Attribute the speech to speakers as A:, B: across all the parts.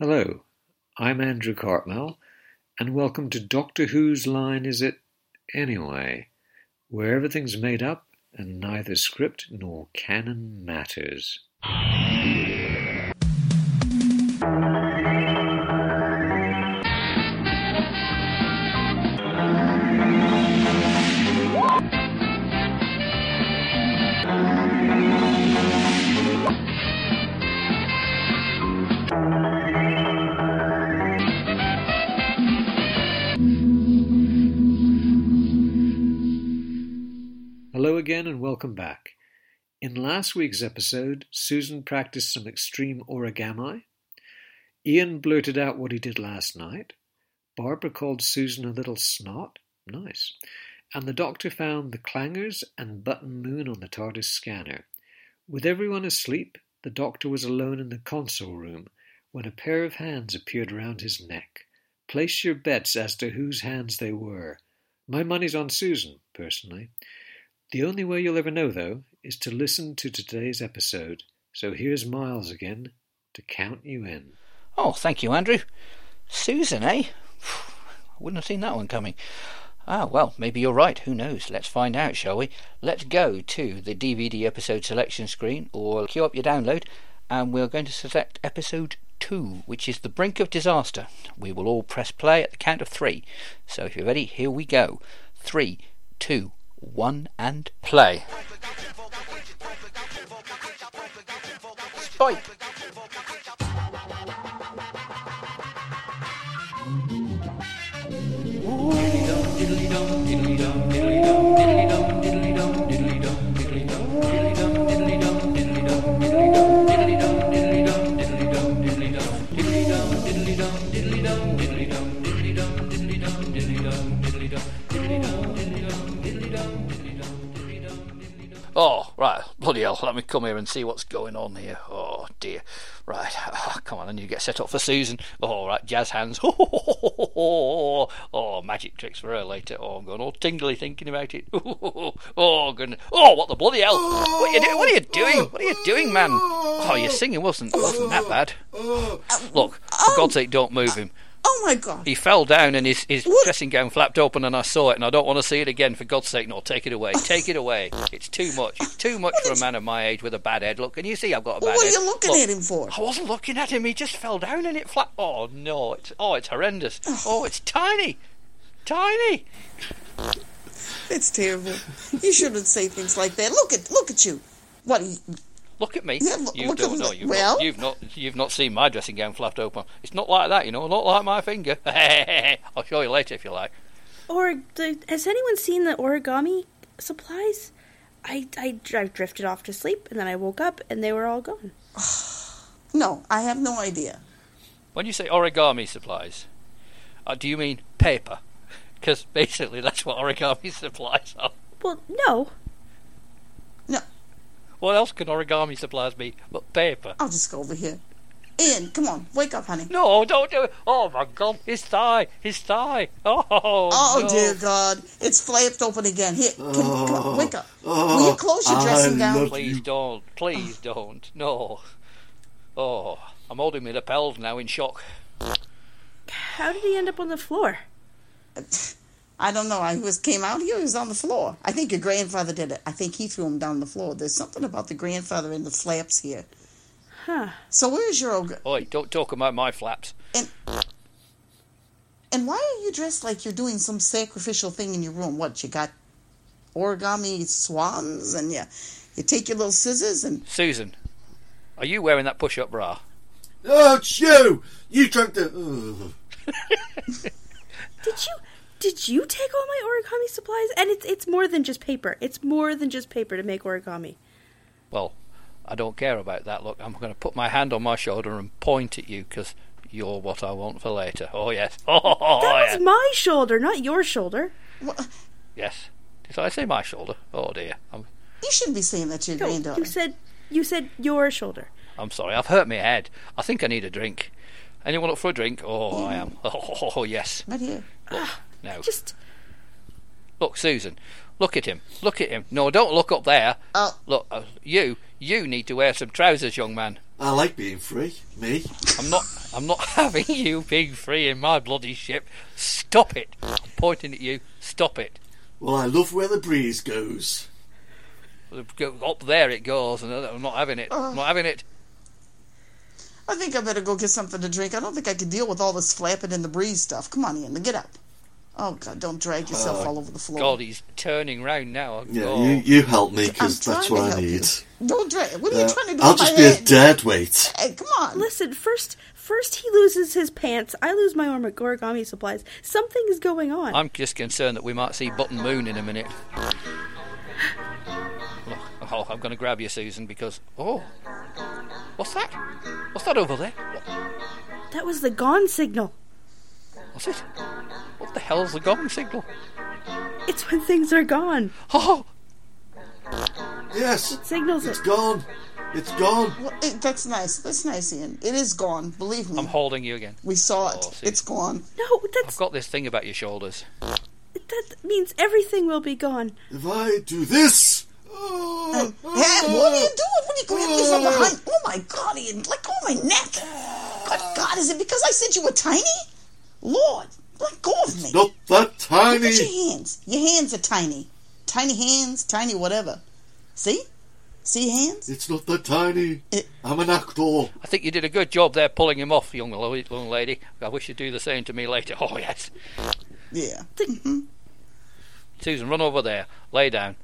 A: Hello, I'm Andrew Cartmel, and welcome to Doctor Who's Line Is It Anyway, where everything's made up and neither script nor canon matters. Hello again, and welcome back. In last week's episode, Susan practiced some extreme origami. Ian blurted out what he did last night. Barbara called Susan a little snot. Nice. And the doctor found the clangers and button moon on the TARDIS scanner. With everyone asleep, the doctor was alone in the console room when a pair of hands appeared round his neck. Place your bets as to whose hands they were. My money's on Susan, personally. The only way you'll ever know, though, is to listen to today's episode. So here's Miles again to count you in.
B: Oh, thank you, Andrew. Susan, eh? Wouldn't have seen that one coming. Ah, well, maybe you're right. Who knows? Let's find out, shall we? Let's go to the DVD episode selection screen or queue up your download, and we're going to select episode two, which is The Brink of Disaster. We will all press play at the count of three. So if you're ready, here we go. Three, two, one, and play. Spike! Oh, right, bloody hell, let me come here and see what's going on here. Oh, dear. Right, ah, come on, I need to get set up for Susan. Oh, right, jazz hands. Oh, magic tricks for her later. Oh, I'm going all tingly thinking about it. Oh, goodness. Oh, what the bloody hell? What are you, do- what are you doing? What are you doing, man? Oh, your singing wasn't, wasn't that bad. Look, for God's sake, don't move him.
C: Oh my god.
B: He fell down and his, his
C: What?
B: dressing gown flapped open, and I saw it, and I don't want to see it again. For God's sake, no, take it away. Take it away. It's too much. It's too much for a man of my age with a bad head. Look, can you see I've got a bad
C: What are
B: head?
C: you looking
B: Look,
C: at him for?
B: I wasn't looking at him. He just fell down and it flapped. Oh, no. It's, oh, it's horrendous. Oh, it's tiny. Tiny.
C: That's terrible. You shouldn't say things like that. Look at look at you. What? he-
B: Look at me.
C: Yeah, look-
B: you
C: look at
B: don't
C: me.
B: know. You've,
C: Well?
B: not, you've not you've not seen my dressing gown flapped open. It's not like that, you know. Not like my finger. I'll show you later if you like.
D: Or the, has anyone seen the origami supplies? I, I, I drifted off to sleep and then I woke up and they were all gone.
C: No, I have no idea.
B: When you say origami supplies, uh, do you mean paper? Because basically that's what origami supplies are.
D: Well, no.
C: No,
B: What else can origami supplies be but paper?
C: I'll just go over here. Ian, come on, wake up, honey.
B: No, don't do it! Oh my god, his thigh! His thigh! Oh,
C: Oh
B: no.
C: dear God, it's flapped open again. Here, can, come
B: Oh,
C: on, wake up. Will you close your dressing gown?
B: Please don't. Please don't. No. Oh, I'm holding my lapels now in shock.
D: How did he end up on the floor?
C: I don't know. I was came out here. He was on the floor. I think your grandfather did it. I think he threw him down the floor. There's something about the grandfather and the flaps here.
D: Huh.
C: So where's your old?
B: Oi, don't talk about my flaps.
C: And and why are you dressed like you're doing some sacrificial thing in your room? What you got? Origami swans, and you you take your little scissors and
B: Susan, are you wearing that push up bra?
E: Oh, it's you! You drank the. uh, Ugh.
D: Did you did you take all my origami supplies? And it's it's more than just paper. It's more than just paper to make origami.
B: Well, I don't care about that. Look, I'm going to put my hand on my shoulder and point at you because you're what I want for later. Oh, yes. Oh,
D: That
B: yeah.
D: was my shoulder, not your shoulder.
B: yes. Did I say my shoulder? Oh, dear. I'm,
C: you shouldn't be saying that to your
D: No,
C: granddaughter.
D: you said you said your shoulder.
B: I'm sorry. I've hurt my head. I think I need a drink. Anyone up for a drink? Oh, I am. Oh, yes.
C: right here.
B: No.
D: Just
B: Look, Susan. Look at him. Look at him. No, don't look up there.
C: Oh.
B: Look, uh, you, you need to wear some trousers, young man.
E: I like being free. Me.
B: I'm not. I'm not having you being free in my bloody ship. Stop it! I'm pointing at you. Stop it!
E: Well, I love where the breeze goes.
B: Go- Up there it goes, and I'm not having it. I'm not having it.
C: I think I better go get something to drink. I don't think I can deal with all this flapping in the breeze stuff. Come on, Ian, get up. Oh God, don't drag yourself
E: Oh,
C: all over the floor.
B: God, he's turning round now.
E: Yeah,
B: Oh.
E: you, you help me because
C: I'm trying
E: that's
C: to
E: what I
C: help you.
E: need.
C: Don't drag. What are
E: Yeah,
C: you trying to do?
E: I'll
C: with my
E: just be a
C: head?
E: dead weight.
C: Hey, come on.
D: Listen, first, first he loses his pants. I lose my orm- origami supplies. Something is going on.
B: I'm just concerned that we might see Button Moon in a minute. Oh, oh, I'm going to grab you, Susan, because oh, what's that? What's that over there? What-
D: That was the gone signal.
B: What's it? What the hell's the gong signal?
D: It's when things are gone.
B: Oh,
E: Yes,
D: Signals it.
E: it's gone. It's gone.
C: Well, it, that's nice. That's nice, Ian. It is gone. Believe me.
B: I'm holding you again.
C: we saw it.
B: Oh, see.
C: it's gone.
D: No,
B: I've
D: that's
B: got this thing about your shoulders.
D: that means everything will be gone.
E: If I do this. Oh,
C: And, hey,
E: oh,
C: what are you doing? What are you grabbing me from behind? Oh my God, Ian! Let go of my neck. Good God, is it because I said you were tiny? Lord, let go of me.
E: Not that
C: Look at
E: tiny.
C: your hands. Your hands are tiny. Tiny hands, tiny whatever. See? See your hands?
E: It's not that tiny.
C: It-
E: I'm an actor.
B: I think you did a good job there pulling him off, young lo- young lady. I wish you'd do the same to me later. Oh yes,
C: Yeah.
B: Susan, run over there, lay down,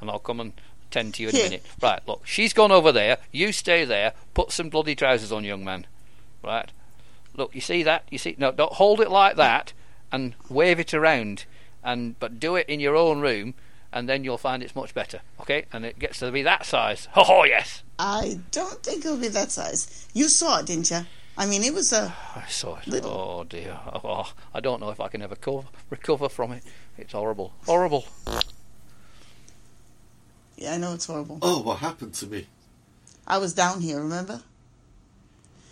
B: and I'll come and tend to you in a
C: Here.
B: minute. Right, look, she's gone over there. You stay there. Put some bloody trousers on, young man. Right. Look, you see that? You see? No, don't hold it like that, and wave it around, and but do it in your own room, and then you'll find it's much better. Okay? And it gets to be that size. Oh yes,
C: I don't think it'll be that size. You saw it, didn't you? I mean, it was a.
B: I saw it.
C: Little.
B: Oh dear. Oh, I don't know if I can ever co- recover from it. It's horrible. Horrible.
C: Yeah, I know it's horrible.
E: Oh, what happened to me?
C: I was down here, remember?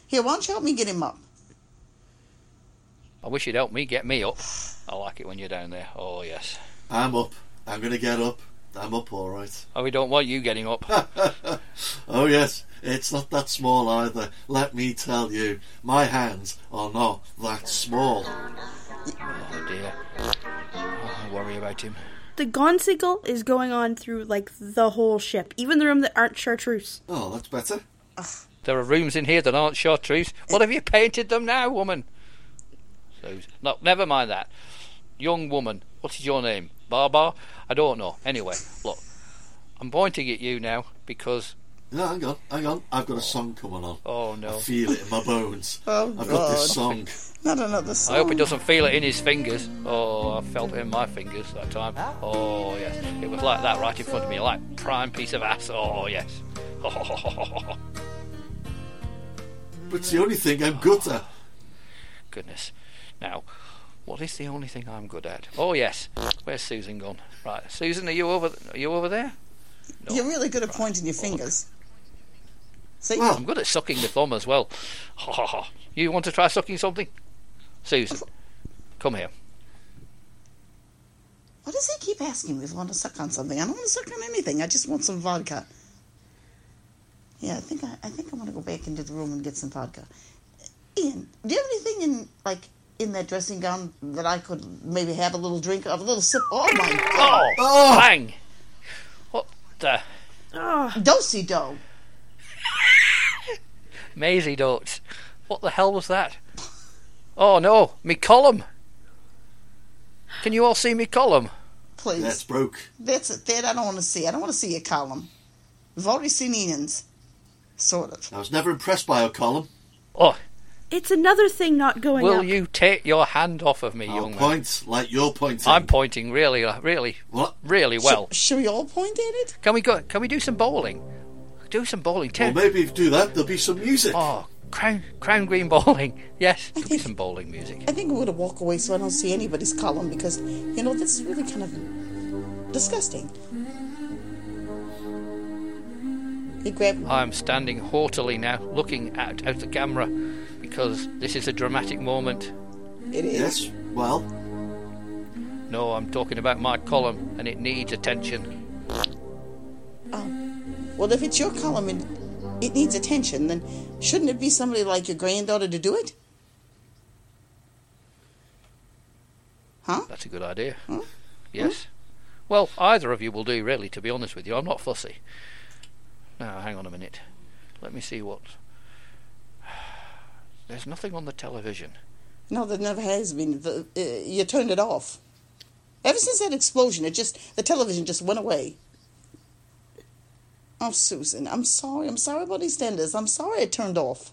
C: Here, why don't you help me get him up?
B: I wish you'd help me get me up. I like it when you're down there. Oh yes.
E: I'm up. I'm gonna get up. I'm up, all right.
B: Oh, we don't want you getting up.
E: Oh yes, it's not that small either. Let me tell you, my hands are not that small.
B: Oh dear. Oh, I worry about him.
D: The gone signal is going on through like the whole ship, even the room that aren't chartreuse.
E: Oh, that's better.
B: There are rooms in here that aren't chartreuse. What have you painted them now, woman? So, no, never mind that. Young woman, what is your name? Barbar? I don't know. Anyway, look, I'm pointing at you now because
E: No, hang on, hang on. I've got a song coming on.
B: oh
E: I
B: no,
E: feel it in my bones.
C: Oh,
E: I've got this
C: God.
E: song.
C: Not another song.
B: I hope he doesn't feel it in his fingers. Oh, I felt it in my fingers that time. Oh, yes. It was like that right in front of me, like prime piece of ass. Oh, yes.
E: But it's the only thing I'm good at.
B: Goodness. Now, what is the only thing I'm good at? Oh, yes. Where's Susan gone? Right. Susan, are you over are you over there?
C: You're really good at pointing your fingers. See?
E: Well,
B: I'm good at sucking the thumb as well. you want to try sucking something? Susan, come here.
C: Why does he keep asking me if I want to suck on something? I don't want to suck on anything. I just want some vodka. Yeah, I think I, I think I want to go back into the room and get some vodka. Ian, do you have anything in like in that dressing gown that I could maybe have a little drink of, a little sip? Oh my God,
B: Oh,
E: Oh!
B: bang! What the?
C: dosey do.
B: Maisie dotes. What the hell was that? Oh no, me column. Can you all see me column?
C: please.
E: That's broke.
C: That's it. That I don't want to see. I don't want to see your column. We've already seen Ian's, sort of.
E: I was never impressed by a column.
B: Oh,
D: It's another thing not going
B: will
D: up.
B: you take your hand off of me,
E: I'll
B: young man?
E: point like you're pointing.
B: I'm pointing really, uh, really,
E: What?
B: really well.
C: Sh- should we all point at it?
B: Can we go? Can we do some bowling? Do some bowling,
E: Well,
B: Ted.
E: maybe if you do that, there'll be some music.
B: Oh, crown, crown green bowling. Yes, could be some bowling music.
C: I think I'm gonna walk away so I don't see anybody's column because you know this is really kind of disgusting. He grabbed
B: I'm standing haughtily now, looking out out the camera, because this is a dramatic moment.
C: it is.
E: Yes. Well,
B: No, I'm talking about my column, and it needs attention.
C: Oh. Well if it's your column and it needs attention, then shouldn't it be somebody like your granddaughter to do it? Huh?
B: That's a good idea.
C: Hmm?
B: Yes. Well, either of you will do, really, to be honest with you. I'm not fussy. Now, hang on a minute. Let me see what. There's nothing on the television.
C: No, there never has been. The, uh, you turned it off. Ever since that explosion, it just the television just went away. Oh, Susan, I'm sorry. I'm sorry about EastEnders. I'm sorry it turned off.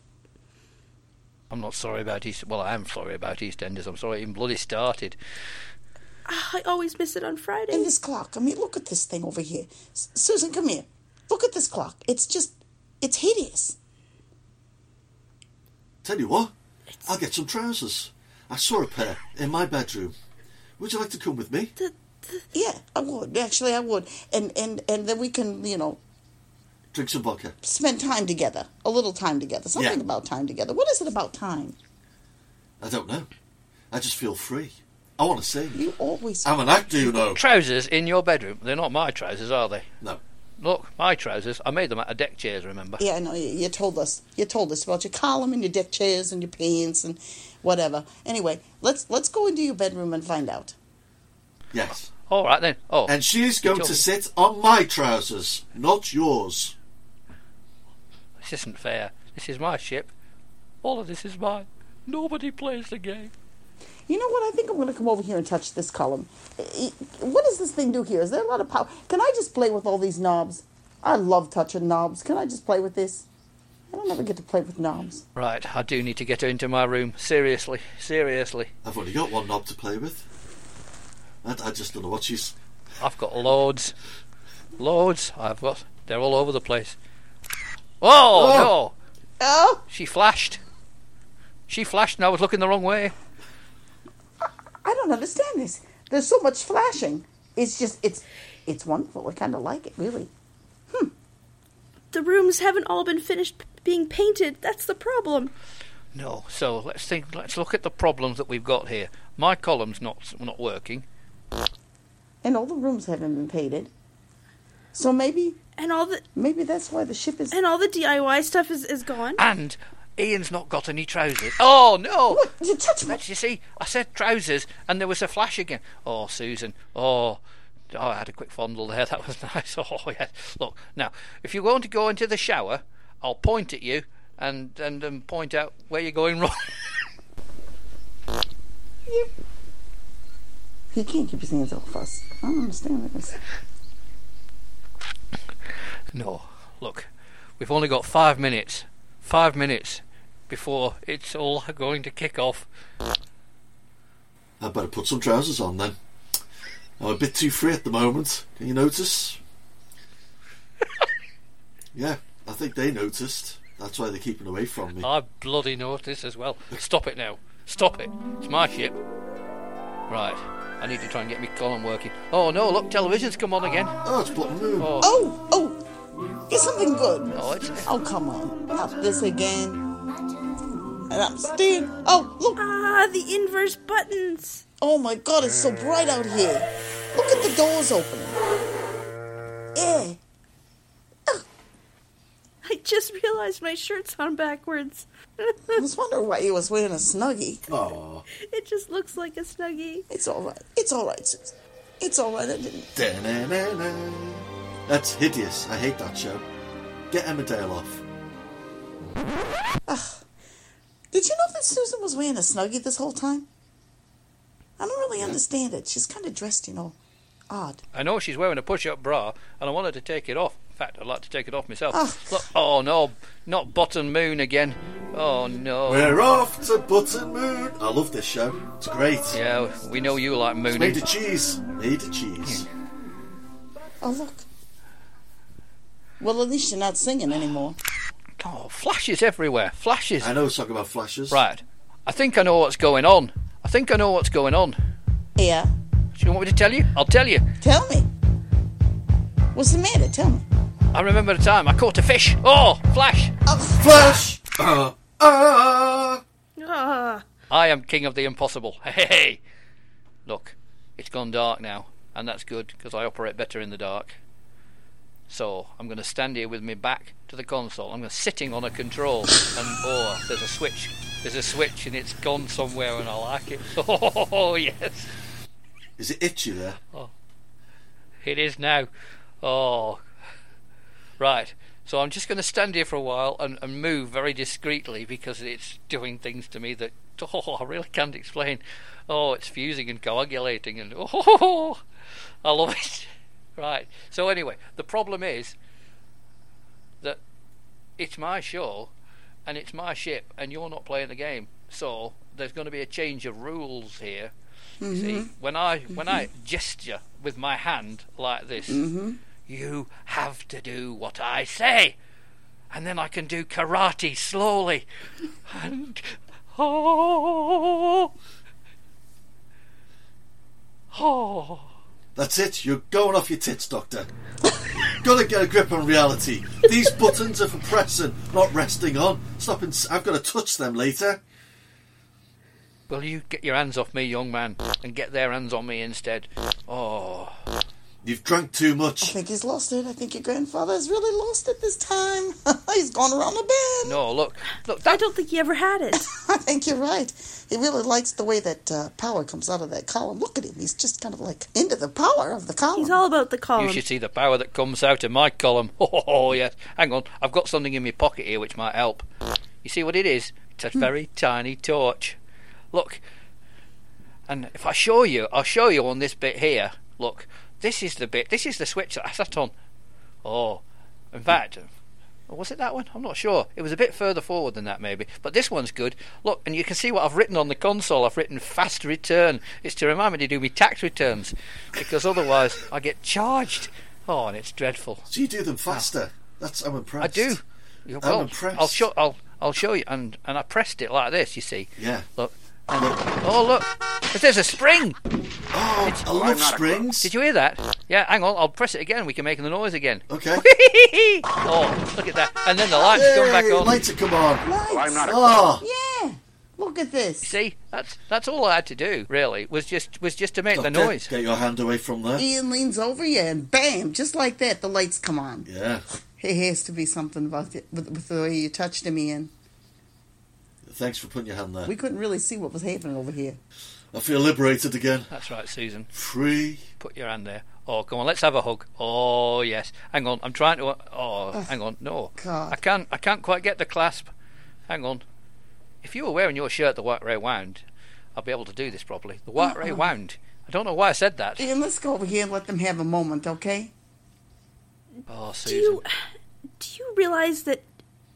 B: I'm not sorry about East. Well, I am sorry about EastEnders. I'm sorry it even bloody started.
D: Ah, I always miss it on Friday.
C: And this clock. I mean, look at this thing over here. S- Susan, come here. Look at this clock. It's just, it's hideous.
E: Tell you what, I'll get some trousers. I saw a pair in my bedroom. Would you like to come with me?
C: Yeah, I would. Actually, I would. And and and then we can, you know,
E: Drink some vodka.
C: spend time together. A little time together. Something
E: Yeah.
C: about time together. What is it about time?
E: I don't know. I just feel free. I want to sing.
C: You always.
E: I'm an actor, you know.
B: Trousers in your bedroom. They're not my trousers, are they?
E: No.
B: Look, my trousers. I made them out of deck chairs, remember?
C: Yeah, I know. You, you told us. You told us about your column and your deck chairs and your pants and whatever. Anyway, let's let's go into your bedroom and find out.
E: Yes.
B: All right then. Oh,
E: And she's going
B: told
E: to
B: me.
E: sit on my trousers, not yours.
B: this isn't fair. This is my ship. All of this is mine. Nobody plays the game.
C: You know what? I think I'm going to come over here and touch this column. E- What does this thing do here? Is there a lot of power? Can I just play with all these knobs? I love touching knobs. Can I just play with this? I don't ever get to play with knobs.
B: Right, I do need to get her into my room. Seriously, seriously.
E: I've only got one knob to play with. I, I just don't know what she's.
B: I've got loads. Loads. I've got. They're all over the place. Oh,
E: Oh.
B: no!
C: Oh,
B: She flashed. She flashed and I was looking the wrong way.
C: I don't understand this. There's so much flashing. It's just it's it's wonderful. I kind of like it really.
D: The rooms haven't all been finished p- being painted. That's the problem.
B: No, so let's think. Let's look at the problems that we've got here. My column's not not working.
C: And all the rooms haven't been painted. So maybe
D: And all the
C: maybe that's why the ship is.
D: and all the DIY stuff is, is gone.
B: And Ian's not got any trousers. Oh no!
C: What? You touch my
B: But you see, I said trousers, and there was a flash again. Oh, Susan. Oh, oh I had a quick fondle there. That was nice. Oh, yes. Look, now, if you're going to go into the shower, I'll point at you and, and, and point out where you're going wrong.
C: He can't keep his hands off us. I don't understand this.
B: no, look, we've only got five minutes. Five minutes before it's all going to kick off.
E: I better put some trousers on then. I'm a bit too free at the moment. Can you notice? yeah, I think they noticed. That's why they're keeping away from me.
B: I bloody noticed as well. Stop it now. Stop it. It's my ship. Right. I need to try and get my column working. Oh no, look, television's come on again.
E: Oh, it's Black Moon.
B: Oh.
C: Oh, oh, it's something good.
B: Oh, it's.
C: Oh, come on. Not this again. And I'm still. Oh, look.
D: Ah, the inverse buttons.
C: Oh, my God, it's so bright out here. Look at the doors opening. Yeah.
D: I just realized my shirt's on backwards.
C: I was wondering why you was wearing a snuggie.
E: Aw,
D: It just looks like a snuggie.
C: It's all right. It's all right, Susan. It's all right. I didn't.
E: da-na-na-na. That's hideous. I hate that show. Get Emma Dale off.
C: Did you know that Susan was wearing a snuggie this whole time? I don't really understand it. She's kind of dressed, you know, odd.
B: I know she's wearing a push-up bra, and I want her to take it off. In fact, I'd like to take it off myself.
C: Oh.
B: Look, oh no, not Button Moon again. Oh no.
E: We're off to Button Moon. I love this show. It's great.
B: Yeah, we know you like
E: It's made
B: mooning.
E: of cheese. Made of cheese.
C: Oh, look. Well, at least you're not singing anymore.
B: Oh, flashes everywhere. Flashes.
E: I know it's talking about flashes.
B: Right. I think I know what's going on. I think I know what's going on. Do
C: Yeah.
B: you want me to tell you? I'll tell you.
C: Tell me. What's the matter? Tell me.
B: I remember the time I caught a fish. Oh, flash!
E: Flash! Ah! ah!
D: Ah,
B: I am king of the impossible. Hey, hey, hey. Look, it's gone dark now, and that's good because I operate better in the dark. So I'm going to stand here with my back to the console. I'm going to sitting on a control, and oh, there's a switch. There's a switch, and it's gone somewhere, and I like it. Oh yes,
E: Is it itchy there?
B: it is now. Oh, right. So I'm just going to stand here for a while and, and move very discreetly because it's doing things to me that oh, I really can't explain. Oh, it's fusing and coagulating, and oh, I love it. Right. So anyway, the problem is that it's my show and it's my ship, and you're not playing the game. So there's going to be a change of rules here. You See, when I when I gesture with my hand like this, you have to do what I say, and then I can do karate slowly, and oh, oh.
E: That's it. You're going off your tits, Doctor. Gotta get a grip on reality. These buttons are for pressing, not resting on. Stop and s- I've got to touch them later.
B: Will you get your hands off me, young man, and get their hands on me instead? Oh,
E: You've drank too
C: I
E: much.
C: think he's lost it. I think your grandfather has really lost it this time. he's gone around the bend.
B: no! Look, look.
D: I
B: That
D: don't think he ever had it.
C: I think you're right. He really likes the way that uh, power comes out of that column. Look at him. He's just kind of like into the power of the column.
D: He's all about the
B: You
D: column.
B: should see the power that comes out of my column. Oh, yes. Hang on, I've got something in my pocket here which might help. You see what it is? It's a very tiny torch. Look, and if I show you, I'll show you on this bit here. Look, this is the bit, this is the switch that I sat on. Oh, in fact, or was it that one? I'm not sure. It was a bit further forward than that, maybe. But this one's good. Look, and you can see what I've written on the console. I've written fast return. It's to remind me to do my tax returns, because otherwise I get charged. Oh, and it's dreadful.
E: So you do them faster. That's I'm
B: I
E: impressed.
B: do. Yeah, well,
E: impressed.
B: I'll show. I'll. I'll show you. And and I pressed it like this. You see.
E: Yeah.
B: Look. And oh look, there's a spring.
E: Oh, I love springs.
B: Did you hear that? Yeah. Hang on. I'll press it again. We can make the noise again.
E: Okay.
B: oh, look at that. And then the lights come back
E: Yay,
B: on.
E: Lights have come on.
C: Nice.
E: Oh,
C: Yeah. Look at this.
B: See, that's that's all I had to do really was just was just to make the
E: Doctor,
B: noise.
E: Get your hand away from there.
C: Ian leans over you, and bam, just like that, the lights come on.
E: Yeah.
C: It has to be something about it, with, with the way you touched him, Ian.
E: Thanks for putting your hand there.
C: We couldn't really see what was happening over here.
E: I feel liberated again.
B: That's right, Susan.
E: Free.
B: Put your hand there. Oh, come on, let's have a hug. Oh yes. Hang on, I'm trying to. Oh, hang on. No,
C: God.
B: I can't. I can't quite get the clasp. Hang on. If you were wearing your shirt the white ray wound, I'd be able to do this properly. The white ray wound. I don't know why I said that.
C: Ian, let's go over here and let them have a moment, okay?
B: Oh,
D: do
B: Susan.
D: you do you realize that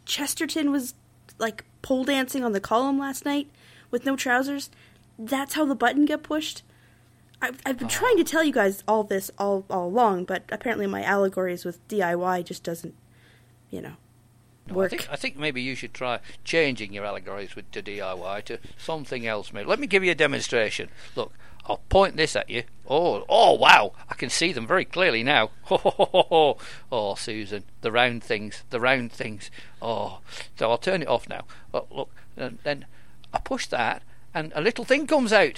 D: Chesterton was like pole dancing on the column last night with no trousers? That's how the button got pushed. I've, I've been trying
B: Oh.
D: to tell you guys all this all all along, but apparently my allegories with DIY just doesn't, you know,
B: I
D: work.
B: think, I think maybe you should try changing your allegories with, to DIY to something else. Maybe. Let me give you a demonstration. Look, I'll point this at you. Oh, oh, wow! I can see them very clearly now. Oh, oh, Susan, the round things, the round things. Oh, so I'll turn it off now. Well, look, and then I push that, and a little thing comes out.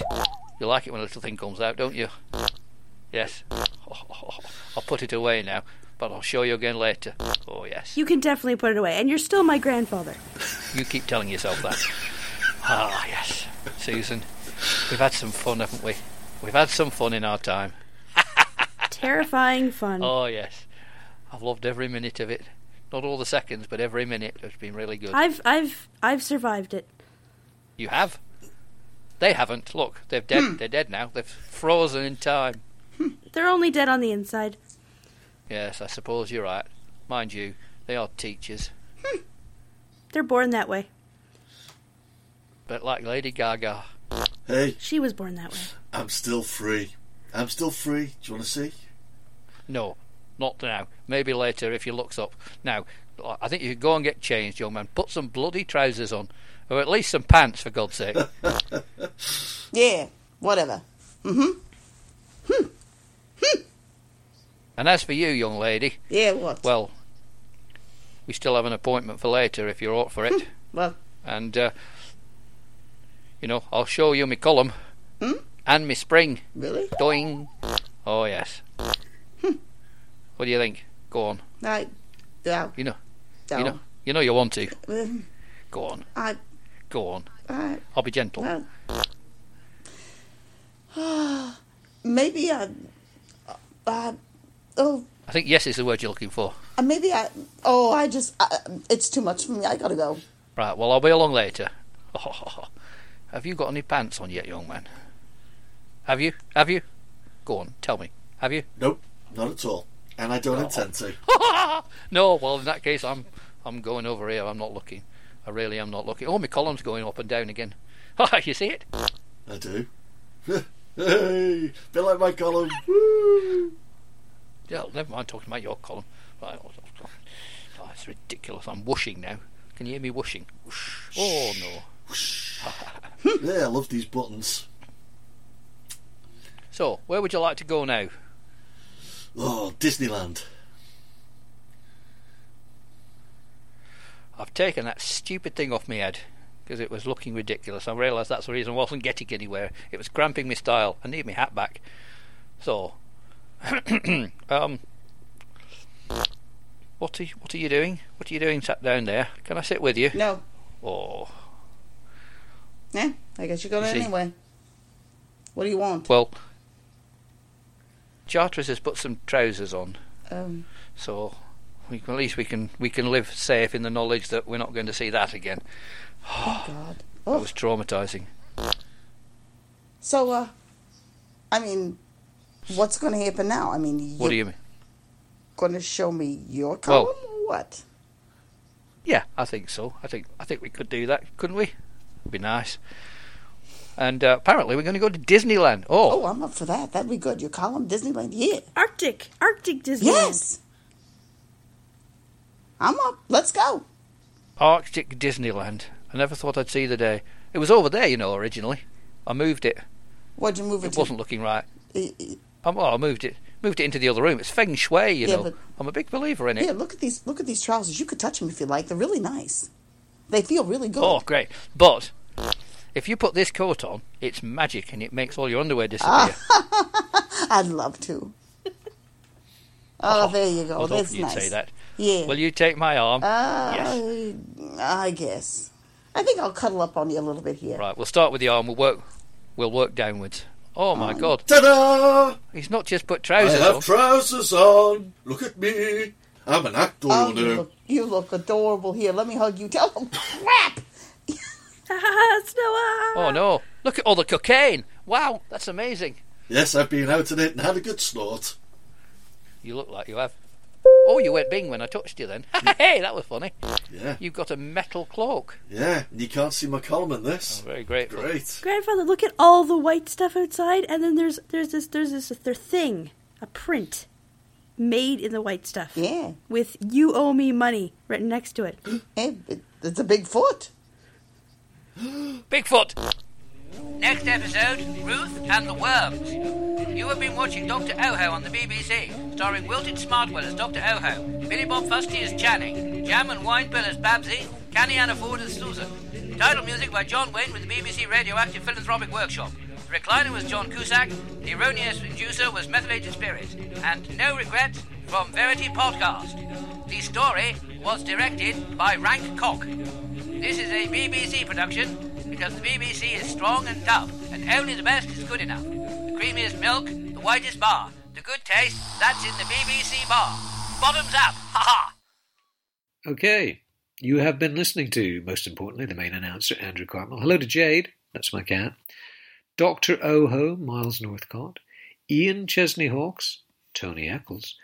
B: You like it when a little thing comes out, don't you? Yes. I'll put it away now, but I'll show you again later. Oh, yes.
D: You can definitely put it away, and you're still my grandfather.
B: You keep telling yourself that. Ah, yes. Susan, we've had some fun, haven't we? We've had some fun in our time.
D: Terrifying fun.
B: Oh, yes. I've loved every minute of it. Not all the seconds, but every minute has been really good.
D: I've I've I've survived it.
B: You have? They haven't. Look, they're dead. They're dead now. They've frozen in time.
D: They're only dead on the inside.
B: Yes, I suppose you're right. Mind you, they are teachers.
D: They're born that way.
B: But like Lady Gaga,
E: Hey,
D: She was born that way.
E: I'm still free. I'm still free. Do you want to see?
B: No, not now. Maybe later if you looks up. Now, I think you should go and get changed, young man. Put some bloody trousers on, or at least some pants, for God's sake.
C: Yeah, whatever. Mm-hmm.
B: and as for you, young lady,
C: Yeah, what?
B: well, we still have an appointment for later if you're up for it.
C: Hmm, Well,
B: and uh, you know, I'll show you my column
C: Hmm?
B: and my spring.
C: really? Hmm.
B: Doing. Oh yes. what do you think? Go on.
C: I, no,
B: You know.
C: no.
B: You know. You know you want to.
C: Um,
B: Go on.
C: I,
B: Go on.
C: I,
B: I'll be gentle.
C: no. maybe I, I, oh, uh,
B: I think yes is the word you're looking for.
C: maybe I, oh, I just, I, it's too much for me. I gotta go.
B: Right. Well, I'll be along later. Have you got any pants on yet, young man? Have you? Have you? Go on. Tell me. Have you?
E: Nope, not at all. And I don't intend to.
B: No. Well, in that case, I'm I'm going over here. I'm not looking. I really am not looking. Oh, my column's going up and down again. Ah, you see it?
E: I do. hey, bit like my column. Woo.
B: Yeah, never mind talking about your column. Right. Oh, it's ridiculous. I'm whooshing now. Can you hear me whooshing? Whoosh. Oh no.
E: yeah, I love these buttons.
B: So, where would you like to go now?
E: Oh, Disneyland.
B: I've taken that stupid thing off my head because it was looking ridiculous. I realised that's the reason I wasn't getting anywhere. It was cramping my style. I need my hat back. So, um, what are you, what are you doing? What are you doing sat down there? Can I sit with you?
C: No,
B: Oh,
C: yeah, I guess you're going
B: You see.
C: anyway. What do you want?
B: well, Charteris has put some trousers on,
C: Um,
B: so we, at least we can we can live safe in the knowledge that we're not going to see that again.
C: oh God.
B: That
C: Oh,
B: was traumatising.
C: so, uh, I mean, what's going to happen now? I mean, you're
B: What do you mean?
C: going to show me your
B: Well-
C: column or what?
B: Yeah, I think so. I think I think we could do that, couldn't we? Be nice. And uh, apparently we're going to go to Disneyland. Oh,
C: Oh, I'm up for that. That'd be good. Your column, Disneyland. Yeah.
D: Arctic, Arctic Disneyland.
C: Yes. I'm up. Let's go.
B: Arctic Disneyland. I never thought I'd see the day. It was over there, you know, originally. I moved it.
C: What'd you move it,
B: It wasn't looking right.
C: to? E- e-
B: I, well, I moved it. Moved it into the other room. It's feng shui, you
C: Yeah,
B: know.
C: but-
B: I'm a big believer in it.
C: Yeah, look at these. Look at these trousers. You could touch them if you like. They're really nice. They feel really good.
B: Oh, great! But if you put this coat on, it's magic, and it makes all your
C: Ah,
B: underwear disappear.
C: I'd love to. Oh, there you
B: I
C: go.
B: was hoping
C: That's
B: you'd
C: nice.
B: say that.
C: Yeah.
B: Will you take my arm?
C: Uh,
B: yes.
C: I guess. I think I'll cuddle up on you a little bit here.
B: Right. We'll start with the arm. We'll work. We'll work downwards. Oh my God!
E: Ta-da!
B: He's not just put
E: I
B: trousers on.
E: have trousers on. Look at me. I'm an actor
C: Oh,
E: oh,
C: you
E: now.
C: look, you look adorable here. Let me hug you. Tell them crap.
D: Snow. ah.
B: oh no! Look at all the cocaine! Wow, that's amazing.
E: Yes, I've been out in it and had a good snort.
B: You look like you have. Oh, you went bing when I touched you then. hey, that was funny.
E: Yeah,
B: You've got a metal cloak.
E: yeah. And you can't see my column in this.
B: I'm very grateful.
E: Great.
D: Grandfather, look at all the white stuff outside, and then there's there's this there's this th- thing, a print, made in the white stuff.
C: Yeah.
D: With "You owe me money" written next to it.
C: Hey, it- it's a big foot.
B: Bigfoot! Next episode Ruth and the Worms. You have been watching Dr. Oho on the BBC, starring Wilted Smartwell as Dr. Oho, Billy Bob Fusty as Channing, Jam and Winepill as Babsy, Canny Anna Ford as Susan. Title music by John Wayne with the BBC Radioactive Philanthropic Workshop. The recliner was John Cusack, the erroneous inducer was Methylated Spirit, and No Regret from Verity Podcast. The story was directed by Rank Cock. This is a BBC production because the BBC is strong and tough, and only the best is good enough. The creamiest milk, the whitest bar, the good taste, that's in the BBC bar. Bottoms up! Ha ha!
A: Okay. You have been listening to, most importantly, the main announcer, Andrew Cartmel. Hello to Jade, that's my cat. Dr. Oho, Miles Northcott. Ian Chesney Hawks, Tony Eccles.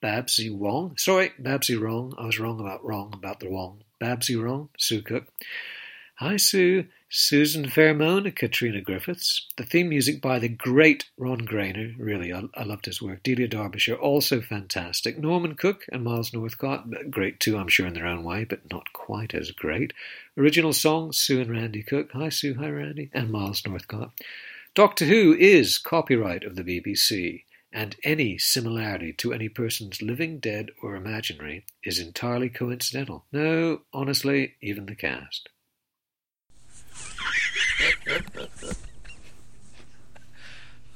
A: Babsy Wong, sorry, Babsy Wrong. I was wrong about wrong about the Wong. Babsy Wrong, Sue Cook. Hi, Sue. Susan Pheromone, Katrina Griffiths. The theme music by the great Ron Grainer. Really, I, I loved his work. Delia Derbyshire, also fantastic. Norman Cook and Miles Northcott, uh, great too, I'm sure, in their own way, but not quite as great. Original song, Sue and Randy Cook. Hi, Sue. Hi, Randy. And Miles Northcott. Doctor Who is copyright of the BBC, and any similarity to any person's living, dead, or imaginary is entirely coincidental. No, honestly, even the cast.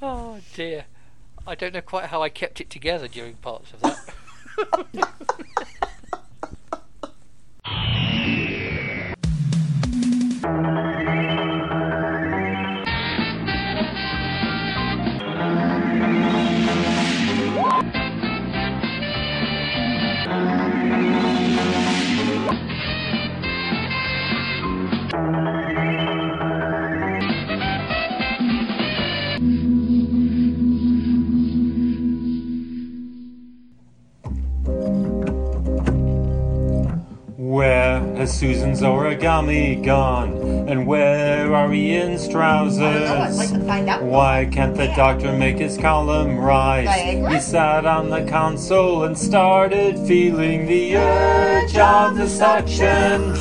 B: Oh dear. I don't know quite how I kept it together during parts of that.
F: Where has Susan's origami gone? And where are Ian's trousers?
G: I don't know. I'd like to find out.
F: Why can't the doctor make his column rise?
G: Viagra?
F: He sat on the console and started feeling the urge of the suction,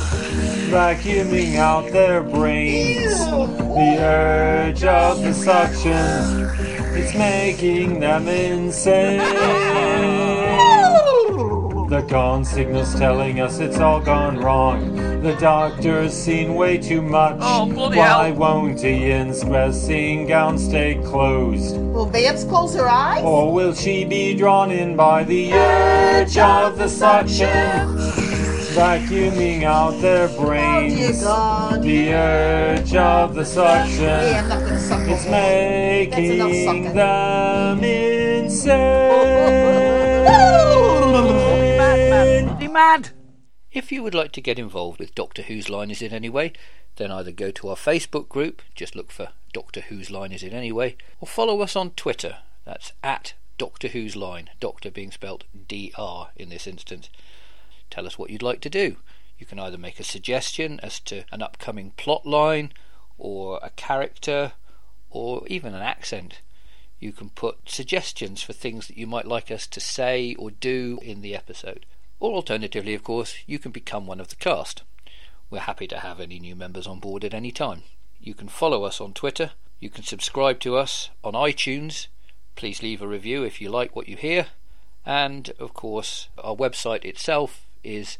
F: vacuuming out their brains. The urge of the suction, it's making them insane. The gone signal's telling us it's all gone wrong. The doctor's seen way too much.
H: Oh, bloody
F: Why
H: hell.
F: won't Ian's dressing gown stay closed?
G: Will Babs close her eyes?
F: Or will she be drawn in by the urge of the suction, vacuuming out their
G: dear
F: brains?
G: God.
F: The urge of the
G: Yeah, I'm
F: suction,
G: not going to suck
F: it's
G: no more. enough
F: making
G: sucking.
F: them insane.
H: Bloody mad.
B: If you would like to get involved with Doctor Who's Line Is In Anyway, then either go to our Facebook group, just look for Doctor Who's Line Is In Anyway, or follow us on Twitter. That's at Doctor Who's Line, Doctor being spelt DR in this instance. Tell us what you'd like to do. You can either make a suggestion as to an upcoming plot line, or a character, or even an accent. You can put suggestions for things that you might like us to say or do in the episode. Or alternatively, of course, you can become one of the cast. We're happy to have any new members on board at any time. You can follow us on Twitter. You can subscribe to us on iTunes. Please leave a review if you like what you hear. And, of course, our website itself is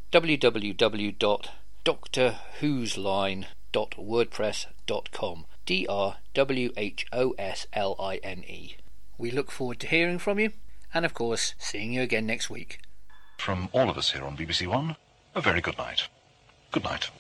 B: www.doctorwhosline.wordpress.com. D R W H O S L I N E. We look forward to hearing from you and, of course, seeing you again next week.
I: From all of us here on BBC One, a very good night. Good night.